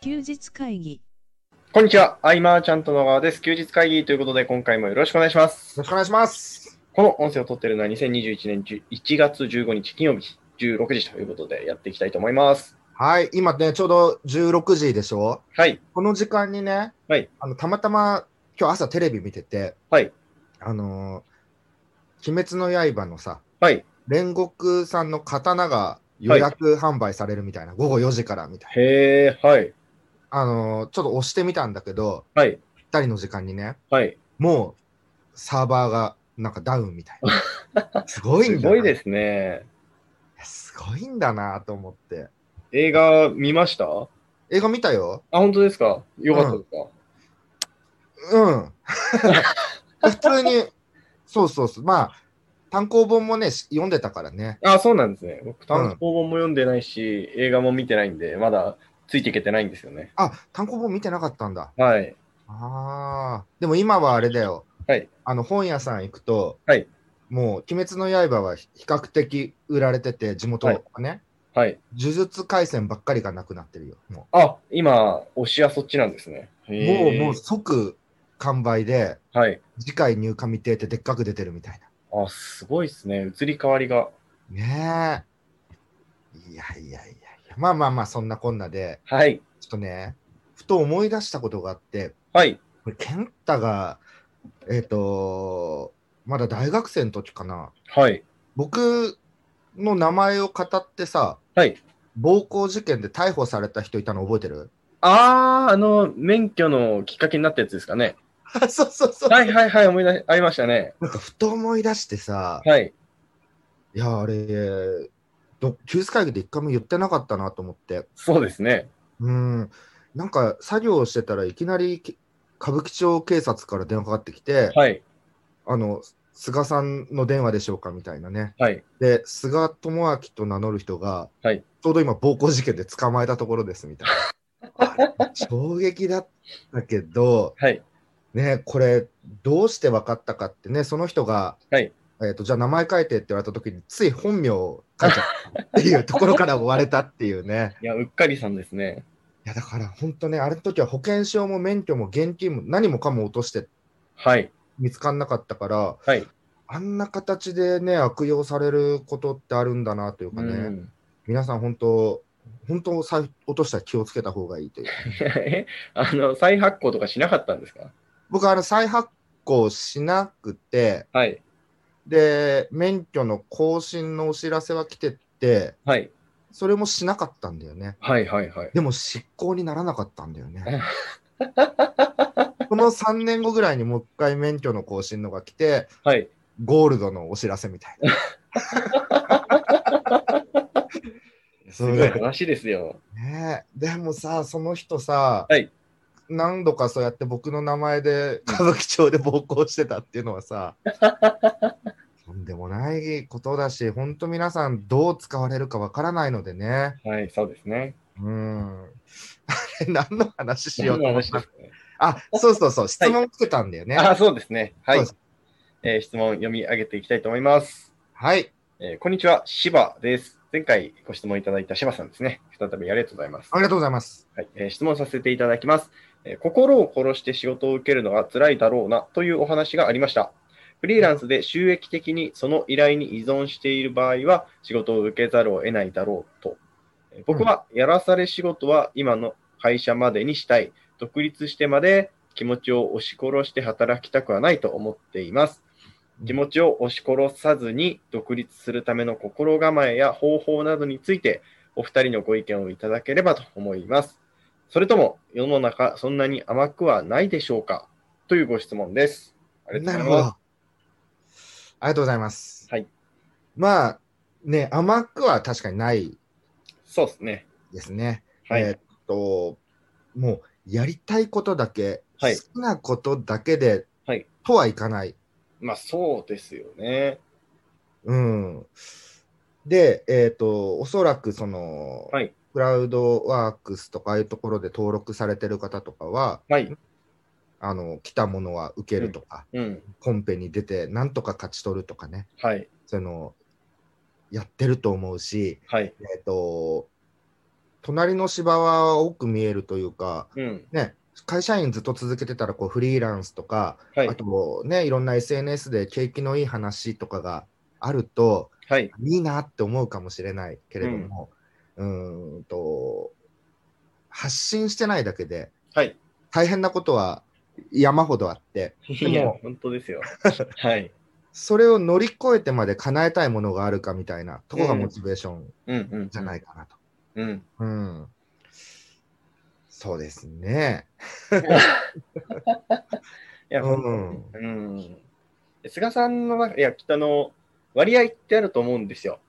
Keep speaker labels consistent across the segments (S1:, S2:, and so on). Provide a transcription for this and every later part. S1: 休日会議。
S2: こんにちは。アイマーちゃんと野川です。休日会議ということで、今回もよろしくお願いします。
S3: よろしくお願いします。
S2: この音声を撮っているのは2021年10 1月15日金曜日16時ということで、やっていきたいと思います。
S3: はい、今ね、ちょうど16時でしょ
S2: はい。
S3: この時間にね、
S2: はい
S3: あのたまたま今日朝テレビ見てて、
S2: はい
S3: あのー鬼滅の刃のさ、
S2: はい。
S3: 煉獄さんの刀が予約販売されるみたいな、午後4時からみたいな。
S2: へー、はい。
S3: あのーちょっと押してみたんだけど、
S2: はい。
S3: ぴったりの時間にね、
S2: はい。
S3: もうサーバーがなんかダウンみたい な。すごい
S2: す
S3: んだ。
S2: ごいですすね。
S3: すごいんだなと思って。
S2: 映画見ましたあ、
S3: 映画見たよ
S2: 本当ですかよかったですか、
S3: うん。普通に、そうそうそう。まあ、単行本もね、し読んでたからね。
S2: あ、そうなんですね。僕、単行本も読んでないし、映画も見てないんで、まだついていけてないんですよね。
S3: あ、単行本見てなかったんだ。
S2: はい。
S3: ああ。でも今はあれだよ。
S2: はい
S3: あの、本屋さん行くと、
S2: はい
S3: もう、鬼滅の刃は比較的売られてて、地元はね、
S2: はい。
S3: 呪術廻戦ばっかりがなくなってるよ。も
S2: あ、今、推しはそっちなんですね。
S3: う、
S2: へー
S3: もうもう即完売で、
S2: はい。
S3: 次回入荷未定ってでっかく出てるみたいな。
S2: あ、すごいですね。移り変わりが。
S3: ねえ。いやいやいやいや。まあまあまあ、そんなこんなで、
S2: はい。
S3: ちょっとね、ふと思い出したことがあって、
S2: はい。
S3: これ、健太が、えっ、と、まだ大学生の時かな、
S2: はい。
S3: 僕の名前を語ってさ、
S2: はい。
S3: 暴行事件で逮捕された人いたの覚えてる
S2: あー、あの、免許のきっかけになったやつですかね。
S3: そうそうそう。
S2: はいはいはい、思い出し、ありましたね。
S3: なんか、ふと思い出してさ、
S2: はい。
S3: いや、あれ、ど休日会議で一回も言ってなかったなと思って、
S2: そうですね。
S3: うん、なんか、作業してたらいきなりき歌舞伎町警察から電話かかってきて、
S2: はい。
S3: あの、菅さんの電話でしょうかみたいなね。
S2: はい。
S3: で、菅智明と名乗る人が、
S2: はい
S3: ちょうど今、暴行事件で捕まえたところですみたいな。あれ 衝撃だったけど、
S2: はい。
S3: ね、これ、どうして分かったかってね、その人が、
S2: はい
S3: えー、とじゃあ名前書いてって言われたときに、つい本名を書いちゃったっていうところから追われたっていうね。
S2: いや、うっかりさんですね。
S3: いや、だから本当ね、あれの時は保険証も免許も現金も何もかも落として
S2: はい。
S3: 見つかんなかったから、
S2: はい
S3: あんな形でね、悪用されることってあるんだなというかね、
S2: うん。
S3: 皆さん本当、本当、財布落としたら気をつけた方がいいという。
S2: え、あの、再発行とかしなかったんですか
S3: 僕、あの、再発行しなくて、
S2: はい。
S3: で、免許の更新のお知らせは来てて、
S2: はい。
S3: それもしなかったんだよね。
S2: はいはいはい。
S3: でも執行にならなかったんだよね。この3年後ぐらいにもう一回免許の更新のが来て、
S2: はい。
S3: ゴールドのお知らせみたいな。
S2: すごい話ですよ。
S3: ねえ、でもさ、その人さ、
S2: はい
S3: 何度かそうやって僕の名前で歌舞伎町で暴行してたっていうの はさ、とんでもないことだし、本当皆さんどう使われるかわからないのでね。
S2: はい、そうですね。
S3: うん。あれ、何の話しよ
S2: 何
S3: うと
S2: の
S3: 思っ
S2: 話で
S3: た
S2: す。かね。
S3: あ、そうそうそう、質問来てたんだよね。
S2: あ、そうですね。はい
S3: そう
S2: え
S3: で。
S2: ー質問読み上げていきたいと思います。
S3: はい。
S2: えーこんにちは、芝です。前回ご質問いただいた芝さんですね。再びありがとうございます。
S3: ありがとうございます。
S2: はいえー質問させていただきます、えー心を殺して仕事を受けるのが辛いだろうなというお話がありました。フリーランスで収益的にその依頼に依存している場合は仕事を受けざるを得ないだろうと。えー僕はやらされ仕事は今の会社までにしたい。独立してまで気持ちを押し殺して働きたくはないと思っています。気持ちを押し殺さずに独立するための心構えや方法などについてお二人のご意見をいただければと思います。それとも世の中そんなに甘くはないでしょうかというご質問です。ありが
S3: な
S2: とう
S3: る
S2: ご
S3: ほ
S2: ざ
S3: ど。
S2: いま
S3: ありがとうございます。
S2: はい。
S3: まあ、ね、甘くは確かにない
S2: す。そうですね。
S3: ですね。
S2: はい。
S3: えーっと、もうやりたいことだけ、
S2: はい
S3: 好きなことだけで、
S2: はい
S3: とはいかない。
S2: まあそうですよね。
S3: うん、で、えーっと、おそらくその、
S2: はい
S3: クラウドワークスとかああいうところで登録されてる方とかは、
S2: はい。
S3: あの来たものは受けるとか、
S2: うん。
S3: コンペに出て、なんとか勝ち取るとかね、
S2: はい。
S3: そういうのをやってると思うし、
S2: はい。
S3: えーっと、隣の芝は奥見えるというか、
S2: うん。
S3: ね、会社員ずっと続けてたらこうフリーランスとか、
S2: はい
S3: あ。とね、いろんな SNS で景気のいい話とかがあると、
S2: はい。
S3: いいなって思うかもしれないけれども、うーんと、発信してないだけで、
S2: はい。
S3: 大変なことは山ほどあって、で
S2: いや
S3: も、
S2: 本当です よ。はい。
S3: それを乗り越えてまで叶えたいものがあるかみたいなとこがモチベーション
S2: うんうん。。
S3: じゃないいかなと。
S2: うん。
S3: うん。そうですね。
S2: いや、
S3: う
S2: 本当
S3: ん。
S2: うん。菅さんの中、いや、きっとあの、割合ってあると思うんですよ。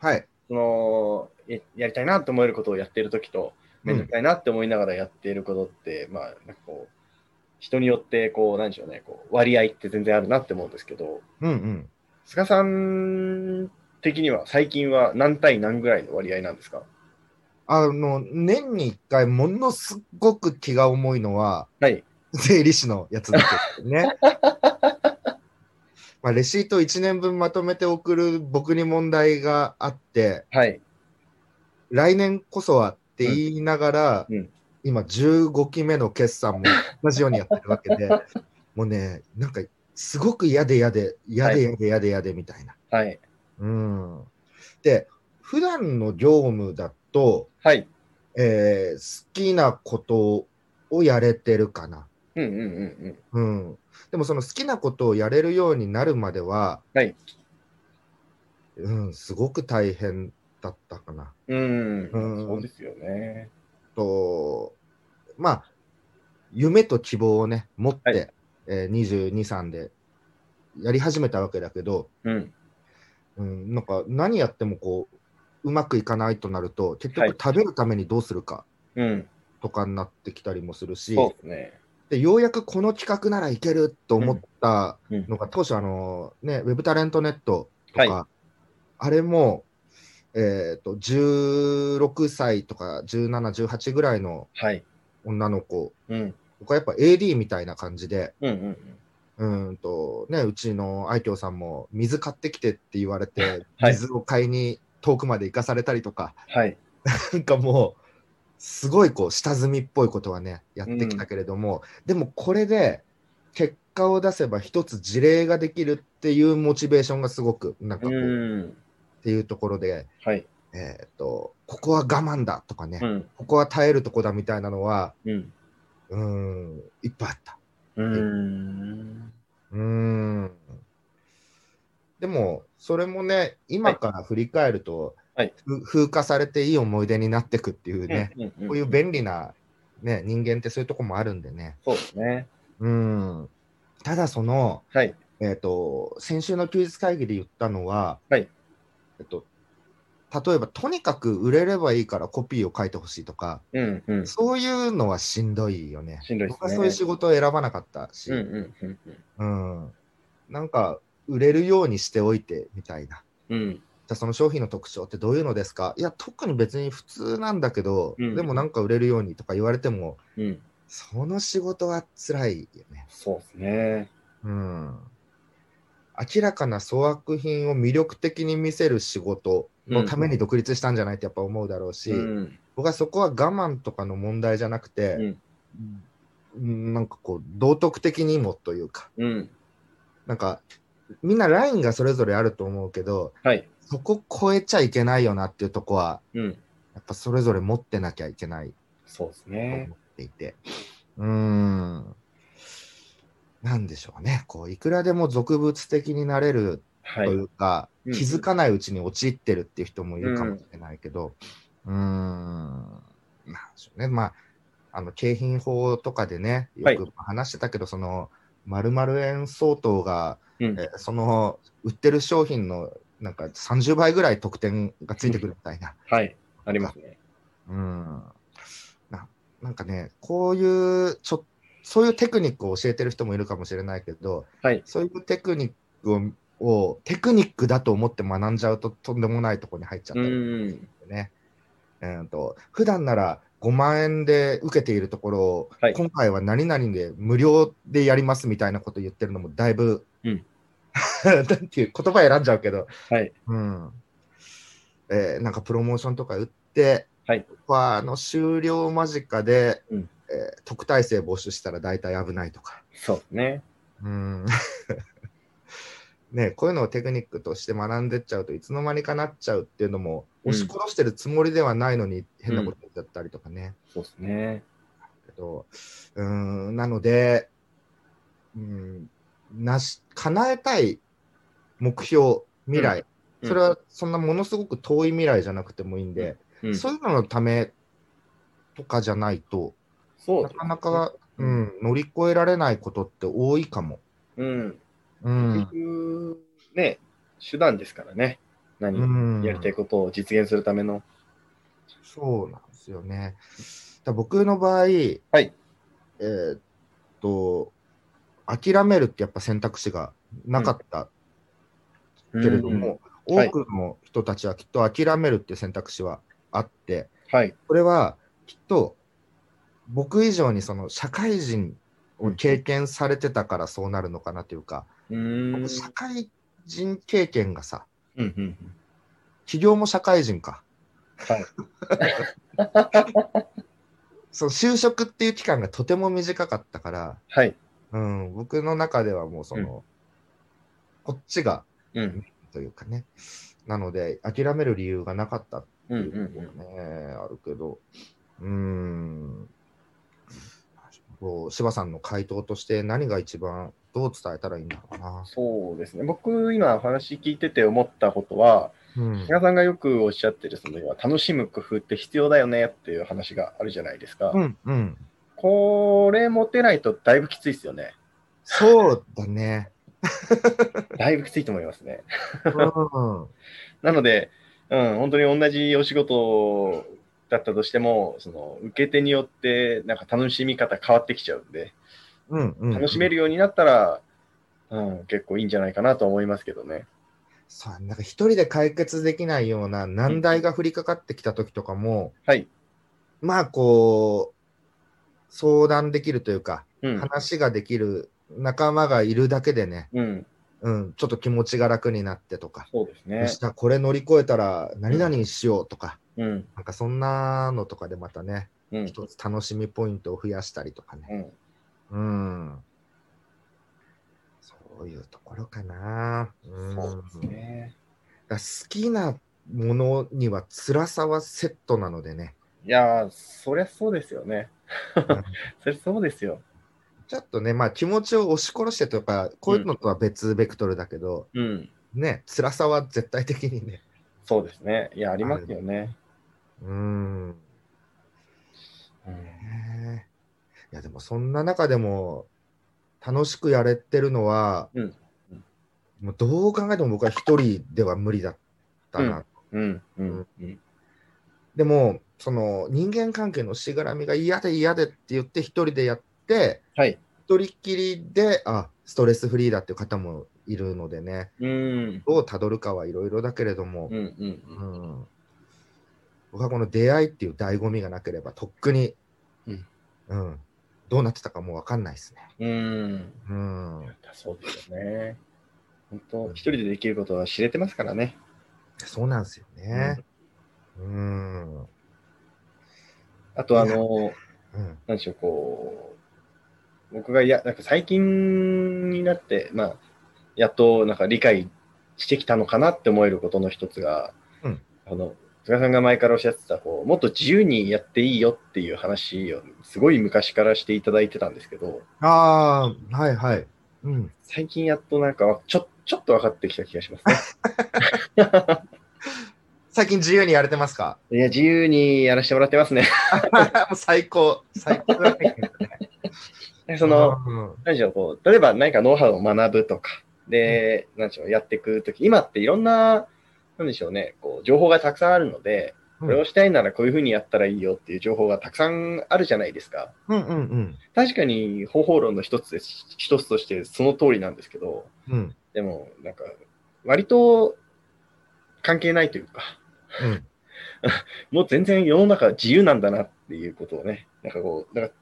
S3: はい。
S2: その、ややりたいなと思えることをやってるときと、
S3: う
S2: めんど
S3: ん
S2: く。さいなって思いながらやっていることって、まあ、なんかこう、人によって、こう、なんでしょうね、こう割合って全然あるなって思うんですけど、
S3: うんうん。
S2: 菅さん的には最近は何対何ぐらいの割合なんですか
S3: あの、年に一回、ものすごく気が重いのは、
S2: はい。
S3: 税理士のやつだけ どね。まあ、レシート1年分まとめて送る僕に問題があって、
S2: はい。
S3: 来年こそはって言いながら、
S2: うんうん
S3: 今15期目の決算も同じようにやってるわけで、 もうね、なんかすごく嫌で嫌で、嫌で嫌で嫌で嫌でみたいな。
S2: はい。
S3: うん。で、普段の業務だと、
S2: はい。
S3: えー好きなことをやれてるかな。
S2: うんうんうんうん。
S3: うん、でもその好きなことをやれるようになるまでは、
S2: はい
S3: うん、すごく大変だったかな。
S2: うん、
S3: うん
S2: そうですよね。
S3: とまあ夢と希望をね持って、
S2: はい
S3: えー22、3でやり始めたわけだけど、
S2: うん。
S3: うん、なんか何やってもこううまくいかないとなると結
S2: はい
S3: 局食べるためにどうするか
S2: うん。
S3: とかになってきたりもするし、
S2: そうですね。
S3: でようやくこの企画ならいけると思った
S2: うんうん
S3: のが、当初あの、ね、ウェブタレントネットとか、
S2: は
S3: あれも、えー、と16歳とか17、18ぐらいの
S2: はい。
S3: 女の子
S2: うん。
S3: とか、やっぱ AD みたいな感じで、
S2: うんうん
S3: うーんとね、うちの愛嬌さんも水買ってきてって言われて、
S2: はい
S3: 水を買いに遠くまで行かされたりとか、
S2: はい。
S3: なんかもう、すごいこう、下積みっぽいことはね、やってきたけれども、でもこれで、結果を出せば一つ事例ができるっていうモチベーションがすごく、なんか
S2: う
S3: こう、っ
S2: ん。
S3: ていうところで、
S2: はい。
S3: えっ、と、ここは我慢だとかね、
S2: うん。
S3: ここは耐えるとこだみたいなのは、
S2: うん。
S3: うーん、いっぱいあった。
S2: うん。
S3: うーん。でも、それもね、今から振り返ると、
S2: はい
S3: ふ風化されていい思い出になってくっていうね、
S2: うんうんうん
S3: こういう便利な、ね、人間ってそういうとこもあるんでね。
S2: そうですね。
S3: うん。ただその、
S2: はい。
S3: えっ、と、先週の休日会議で言ったのは、
S2: はい
S3: えっと、例えば、とにかく売れればいいからコピーを書いてほしいとか、
S2: うんうん。
S3: そういうのはしんどいよね。
S2: しんどいですね
S3: 僕はそういう仕事を選ばなかったし、
S2: うんうんうん
S3: うんなんか、売れるようにしておいてみたいな。
S2: うん。うん。
S3: じゃあその商品の特徴ってどういうのですかいや、特に別に普通なんだけど、
S2: うん
S3: でもなんか売れるようにとか言われても、
S2: うん。
S3: その仕事は辛いよね。
S2: そうですね。
S3: うん。明らかな粗悪品を魅力的に見せる仕事のために独立したんじゃないってやっぱ思うだろうし、
S2: うん。
S3: 僕はそこは我慢とかの問題じゃなくて、うんなんかこう、道徳的にもというか、
S2: うん。
S3: なんか、みんなラインがそれぞれあると思うけど、
S2: はい。
S3: そこ超えちゃいけないよなっていうとこは、
S2: うん。
S3: やっぱそれぞれ持ってなきゃいけない
S2: そうです
S3: と
S2: ね。
S3: 思っていて。うーん。なんでしょうね。こう、いくらでも俗物的になれる
S2: は
S3: と
S2: い。
S3: いうか、
S2: うん
S3: 気づかないうちに陥ってるっていう人もいるかもしれないけど、うーん、なんでしょうね。まあ、あの、景品法とかでね、よ
S2: はい
S3: く話してたけど、その、〇〇円相当が、
S2: うん
S3: えーその、売ってる商品の、なんか30倍ぐらい特典がついてくるみたいな。
S2: はい。ありますね。
S3: うん。ななんかね、こういう、ちょ、そういうテクニックを教えてる人もいるかもしれないけど、
S2: はい
S3: そういうテクニックを、をテクニックだと思って学んじゃうととんでもないとこに入っちゃっ
S2: う
S3: たり
S2: ん。
S3: してね。うんと普段なら5万円で受けているところを、
S2: はい
S3: 今回は何々で無料でやりますみたいなこと言ってるのもだいぶ、
S2: うん
S3: なんていう言葉選んじゃうけど、
S2: はい。
S3: うんえーなんかプロモーションとか打って、
S2: はい
S3: 僕はあの終了間近で、
S2: うん
S3: えー特待生募集したら大体危ないとか。
S2: そうですね。
S3: うん ね、こういうのをテクニックとして学んでっちゃうといつの間にかなっちゃうっていうのも
S2: うん
S3: 押し殺してるつもりではないのに変なことになっちゃったりとかね。
S2: そうですね。
S3: えっとうんなので、うん、なし叶えたい目標未来、
S2: うん
S3: それはそんなものすごく遠い未来じゃなくてもいいんで、
S2: うん、
S3: そ
S2: そう
S3: いうののためとかじゃないと
S2: う
S3: なかなか、うん、乗り越えられないことって多いかも。
S2: うん。
S3: うん
S2: 結局、ね、手段ですからね。何、
S3: うん
S2: やりたいことを実現するための。
S3: そうなんですよね。だ僕の場合、えーっと、諦めるってやっぱ選択肢がなかったけれども、
S2: うんはい
S3: 多くの人たちはきっと諦めるっていう選択肢はあって、
S2: はい。
S3: これはきっと僕以上にその社会人を経験されてたからそうなるのかなというか、
S2: うーん。
S3: 僕社会人経験がさ、
S2: うんうんうん
S3: 企業も社会人か。
S2: はい。
S3: その就職っていう期間がとても短かったから、
S2: はい。
S3: うん、僕の中ではもうその、こっちが
S2: うん。
S3: というかね、なので諦める理由がなかったって
S2: うん
S3: い
S2: うん
S3: う
S2: う
S3: の
S2: ん。
S3: がね、あるけど、うーん、こう柴さんの回答として何が一番どう伝えたらいいんだろうな。
S2: そうですね。僕、今お話聞いてて思ったことは、
S3: うん
S2: 皆さんがよくおっしゃってる、その、要は楽しむ工夫って必要だよねっていう話があるじゃないですか。
S3: うん、うん、
S2: これ持てないとだいぶきついですよね。
S3: そうだね。
S2: だいぶきついと思いますね。
S3: うん
S2: なので、うん、本当に同じお仕事だったとしても、その受け手によってなんか楽しみ方変わってきちゃうんで、
S3: うんうん、
S2: 楽しめるようになったら、うん、結構いいんじゃないかなと思いますけどね。
S3: そうなんか一人で解決できないような難題が降りかかってきた時とかも、
S2: はい。
S3: まあこう相談できるというか、
S2: うん。
S3: 話ができる仲間がいるだけでね、
S2: うん、
S3: うん、ちょっと気持ちが楽になってとか、
S2: そうです
S3: 明
S2: ね。
S3: 日これ乗り越えたら何々しようとか、
S2: うん。
S3: なんかそんなのとかでまたね、
S2: うん。
S3: 一つ楽しみポイントを増やしたりとかね。
S2: うん、
S3: うん。そういうところかな。うん。
S2: そうですね。
S3: だから好きなものには辛さはセットなの でね、
S2: いやー、そりゃそうですよね。そりゃそうですよ。
S3: ちょっとね、まあ気持ちを押し殺してとか、こういうのとは別ベクトルだけど、
S2: うん。
S3: ね、辛さは絶対的にね。
S2: そうですね。いや、ありますよね。
S3: うん。
S2: うん
S3: ねえいや、でもそんな中でも、楽しくやれてるのは、
S2: うん
S3: もうどう考えても僕は一人では無理だったな。
S2: うん。うん。うん。
S3: でも、その人間関係のしがらみが嫌で嫌でって言って一人でやって、
S2: はい。
S3: 一人っきりで、あ、ストレスフリーだっていう方もいるのでね、
S2: うん。
S3: どうたどるかはいろいろだけれども
S2: うん。、うん。
S3: うん僕はこの出会いっていう醍醐味がなければ、とっくに、
S2: うん
S3: うんどうなってたかもう分かんないですね。
S2: うん。
S3: うん、
S2: そうですよね。本当、一人でできることは知れてますからね。
S3: そうなんですよね。うん、うん
S2: あと、あの、なんでしょう、こう、僕がいや、なんか最近になって、まあ、やっとなんか理解してきたのかなって思えることの一つが、
S3: うん
S2: あの、菅さんが前からおっしゃってた、こう、もっと自由にやっていいよっていう話を、すごい昔からしていただいてたんですけど、
S3: ああ、はいはい。うん、
S2: 最近やっとなんか、ちょ、ちょっと分かってきた気がし ますね。
S3: 最近自由にやれてますか
S2: いや、自由にやらせてもらってますね。
S3: もう最高。最高だね。
S2: その、
S3: うん、
S2: 何でしょう、こう、例えば何かノウハウを学ぶとか、で、何でしょう、やっていくとき、今っていろんな、何でしょうね、こう、情報がたくさんあるので、
S3: うん
S2: これをしたいならこういうふうにやったらいいよっていう情報がたくさんあるじゃないですか。
S3: うん、うん、
S2: 確かに方法論の一つです、一つとしてその通りなんですけど、
S3: うん、うん、
S2: でも、なんか、割と関係ないというか、
S3: うん、
S2: もう全然世の中自由なんだなっていうことをね、なんかこう、なんか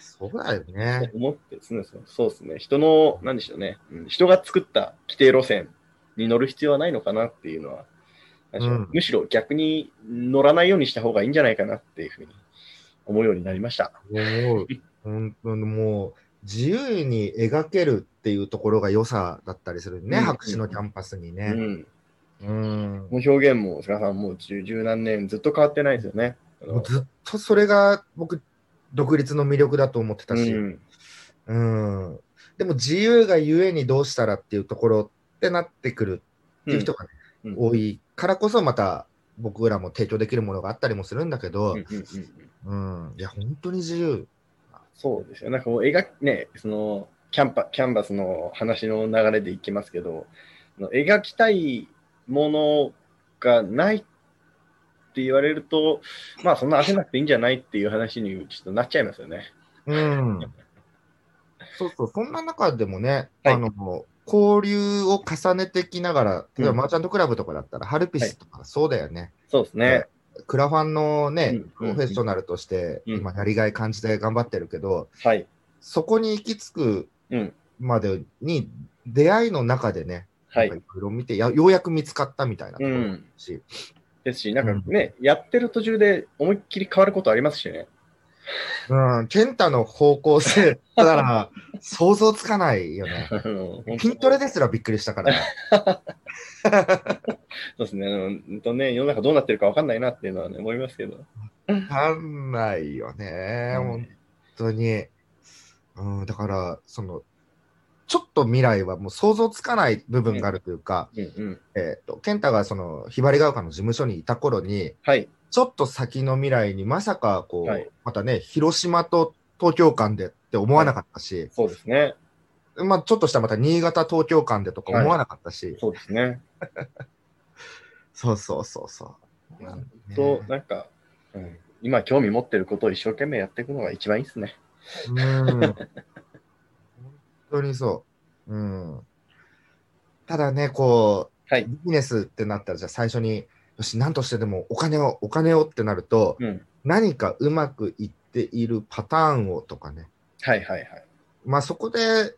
S3: そうだよね。
S2: 思ってそうですね。そうですね。人の、なんでしょうね、うん人が作った規定路線に乗る必要はないのかなっていうのは、なんでしょう
S3: うん
S2: むしろ逆に乗らないようにした方がいいんじゃないかなっていうふうに思うようになりました。
S3: 思う。本当にもう、自由に描けるっていうところが良さだったりするね、
S2: うん
S3: 白紙のキャンパスに
S2: う
S3: ね。
S2: ん、
S3: うん。
S2: この表現も、菅さん、もう十十何年ずっと変わってないですよね。あの
S3: もうずっとそれが僕、独立の魅力だと思ってたし、
S2: う
S3: うん。
S2: ん
S3: でも自由がゆえにどうしたらっていうところってなってくるっていう人がね、
S2: うん
S3: 多いからこそまた僕らも提供できるものがあったりもするんだけ
S2: うん、
S3: ど
S2: うんうんうん
S3: うん。いや、本当に自由。
S2: そうですよ。なんかこう描きね、そのキャンパキャンバスの話の流れでいきますけど、あの描きたいものがないって言われると、まあそんな焦らなくていいんじゃないっていう話にちょっとなっちゃいますよね。
S3: うん。そうそう、そんな中でもね、
S2: はい
S3: あの、交流を重ねてきながら、例えば
S2: うん
S3: マーチャントクラブとかだったら、ハルピスとかそうだよね。
S2: そうですね。
S3: クラファンのね、
S2: うん
S3: プロフェッショナルとして、
S2: うん
S3: 今、やりがい感じて頑張ってるけど、
S2: はい。
S3: そこに行き着く
S2: うん。
S3: までに、出会いの中でね、
S2: は
S3: なん
S2: い。
S3: かいろいろ見てや、ようやく見つかったみたいなと
S2: う
S3: ころだ
S2: ん。
S3: し、
S2: ですし、なんかね、やってる途中で思いっきり変わることありますしね。
S3: うん、ケンタの方向性、だから、想像つかないよね。
S2: あの
S3: 筋トレですらびっくりし たからね。
S2: そうですね。あのうんとね、世の中どうなってるかわかんないなっていうのはね、思いますけど。
S3: わかんないよね、
S2: うん
S3: 本当に。うん、だから、その、ちょっと未来はもう想像つかない部分があるというか、
S2: うんうん。
S3: えっ、と、健太がその、ひばりが丘の事務所にいた頃に、
S2: はい。
S3: ちょっと先の未来にまさか、こう、
S2: はい
S3: またね、広島と東京間でって思わなかったし、
S2: そうですね。
S3: まあ、ちょっとしたまた新潟東京間でとか思わなかったし、
S2: そうですね。
S3: そうそうそうそう。
S2: ほ
S3: なんんかね
S2: と、なんか、うん、今興味持ってることを一生懸命やっていくのが一番いいですね。
S3: うん本当にそう。うん。ただね、こう、
S2: はい
S3: ビジネスってなったら、じゃあ最初に、よし、何としてでもお金を、お金をってなると、
S2: うん。
S3: 何かうまくいっているパターンをとかね。
S2: はいはいはい。
S3: まあそこで、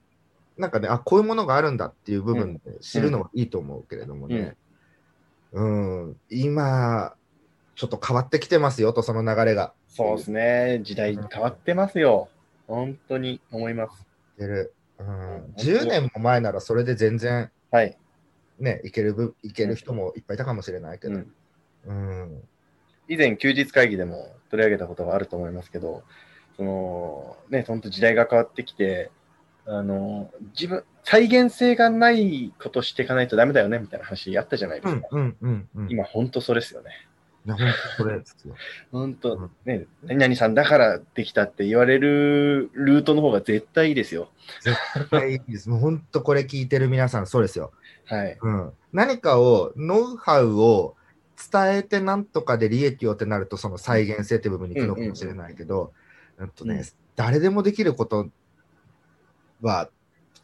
S3: なんかね、あ、こういうものがあるんだっていう部分で知るのはいいと思うけれどもね。うん、今、ちょっと変わってきてますよと、その流れが。
S2: そうですね。時代変わってますよ。本当に思います。
S3: てる。うん
S2: うん、
S3: 10年も前ならそれで全然
S2: はい。
S3: ね、いけるぶいける人もいっぱいいたかもしれないけ
S2: う
S3: ど、
S2: ん
S3: うん、
S2: 以前休日会議でも取り上げたことがあると思いますけど、そのね、本当時代が変わってきて、あの自分再現性がないことしていかないとダメだよねみたいな話あったじゃないで
S3: う
S2: す
S3: ん
S2: か。、
S3: うん、うん、うん。い
S2: 今本当それですよね。
S3: や、本当それですよ。
S2: 本
S3: う
S2: 当
S3: ん
S2: ね、何々さんだからできたって言われるルートの方が絶対いいですよ。
S3: はい、いいです。もう本当これ聞いてる皆さん、そうですよ。
S2: はい。
S3: うん。何かを、ノウハウを伝えてなんとかで利益をってなると、その再現性って部分に行くのかもしれないけど、うんとね、
S2: うん
S3: 誰でもできることは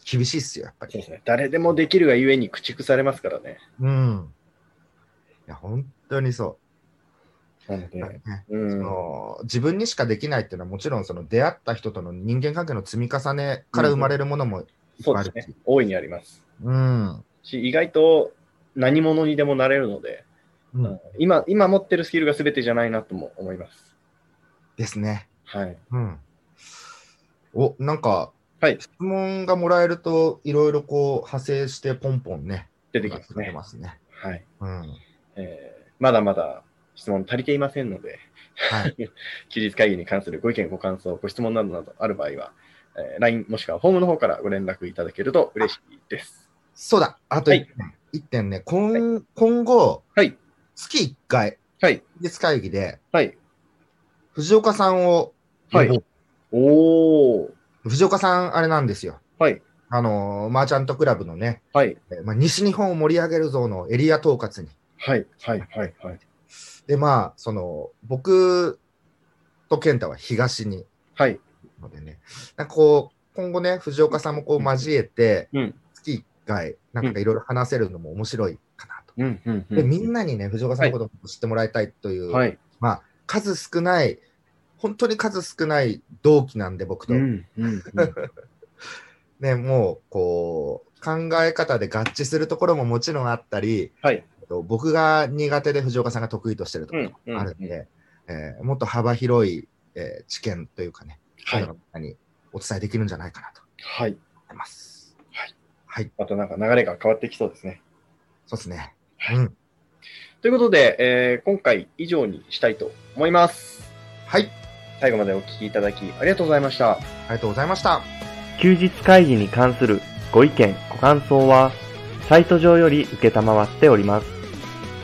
S3: 厳しいっすよ、やっぱ
S2: そう
S3: り。
S2: ですね。誰でもできるがゆえに駆逐されますからね。
S3: うん。いや、本当にそ
S2: なので
S3: う。、ね
S2: うん
S3: その自分にしかできないっていうのはもちろんその出会った人との人間関係の積み重ねから生まれるものもいっぱい
S2: そう
S3: あ
S2: で
S3: る
S2: す
S3: し
S2: ね。大いにあります。
S3: うん
S2: し、意外と何者にでもなれるので、
S3: う
S2: うんん今今持ってるスキルが全てじゃないなとも思います。
S3: ですね。
S2: はい。
S3: うん、おなんか、
S2: はい
S3: 質問がもらえるといろいろこう派生してポンポンね
S2: 出てきます
S3: 出
S2: ね。
S3: ますね。
S2: はい、
S3: うん
S2: えーまだまだ質問足りていませんので、
S3: はい、
S2: 休日会議に関するご意見、ご感想、ご質問などなどある場合は、えー LINE もしくはホームの方からご連絡いただけると嬉しいです。
S3: そうだあと
S2: は
S3: 1
S2: い
S3: 点,、点ね今,、今後
S2: はい。
S3: 月1回
S2: はい。
S3: 月会議で
S2: はい。
S3: 藤岡さんを呼ぼう
S2: はいおー。
S3: 藤岡さんあれなんですよ。
S2: はい。
S3: あのーマーチャントクラブのね、
S2: はい。
S3: えーまあ、西日本を盛り上げるぞのエリア統括に。
S2: はい。はい。はい。はい。
S3: で、まあ、その、僕と健太は東に。
S2: はい。
S3: のでね、なんかこう、今後ね、藤岡さんもこう交えて、
S2: うん。
S3: 月1回、なんかいろいろ話せるのも面白いかなと。
S2: うん。うん。
S3: で、みんなにね、藤岡さんのことを知ってもらいたいという、
S2: はい。
S3: まあ、数少ない、本当に数少ない同期なんで、僕と。
S2: うん。うん。うん
S3: ね、もう、こう、考え方で合致するところももちろんあったり、
S2: はい。
S3: と僕が苦手で藤岡さんが得意としてるところ
S2: うんうん
S3: もあるんで、えーもっと幅広い、えー知見というかね、
S2: は
S3: そう
S2: い。
S3: うのをみんなにお伝えできるんじゃないかなと
S2: はい。
S3: 思います。
S2: はい。
S3: はい。
S2: またなんか流れが変わってきそうですね。
S3: そうですね。
S2: はい
S3: うん。
S2: ということで、えー今回以上にしたいと思います。
S3: はい。
S2: 最後までお聞きいただきありがとうございました。
S3: ありがとうございました。
S1: 休日会議に関するご意見、ご感想は、サイト上より受けたまわっております。